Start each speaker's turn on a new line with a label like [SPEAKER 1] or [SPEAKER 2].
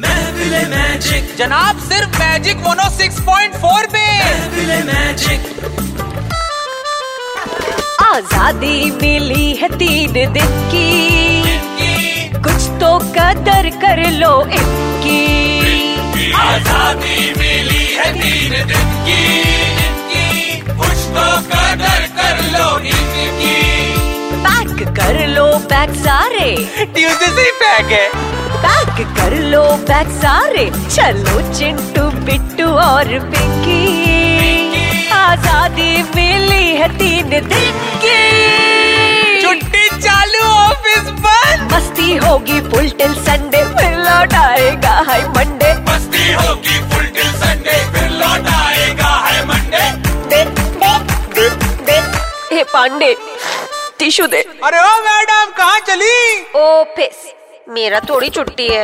[SPEAKER 1] महफिले magic
[SPEAKER 2] जनाब सिर्फ magic mono 6.4 पे
[SPEAKER 1] महफिले मैजिक
[SPEAKER 3] आजादी मिली है तीन दिन की कुछ तो कदर कर लो इनकी
[SPEAKER 1] आजादी मिली है तीन दिन की इनकी कुछ तो कदर कर लो इनकी
[SPEAKER 3] पैक कर लो बैग सारे
[SPEAKER 2] ट्यूजडे से ही पैक है
[SPEAKER 3] पैक कर लो बैग सारे चलो चिंटू बिट्टू और पिंकी आजादी मिली है तीन दिन की
[SPEAKER 2] छुट्टी चालू ऑफिस बंद
[SPEAKER 3] मस्ती होगी फुल टिल संडे फिर लौट आएगा हाय मंडे
[SPEAKER 1] मस्ती होगी फुल टिल संडे फिर लौट आएगा है मंडे
[SPEAKER 3] दिन दिन दिन दिन हे पांडे टिश्यू दे
[SPEAKER 2] अरे ओ मैडम कहाँ चली
[SPEAKER 3] ऑफिस मेरा थोड़ी छुट्टी है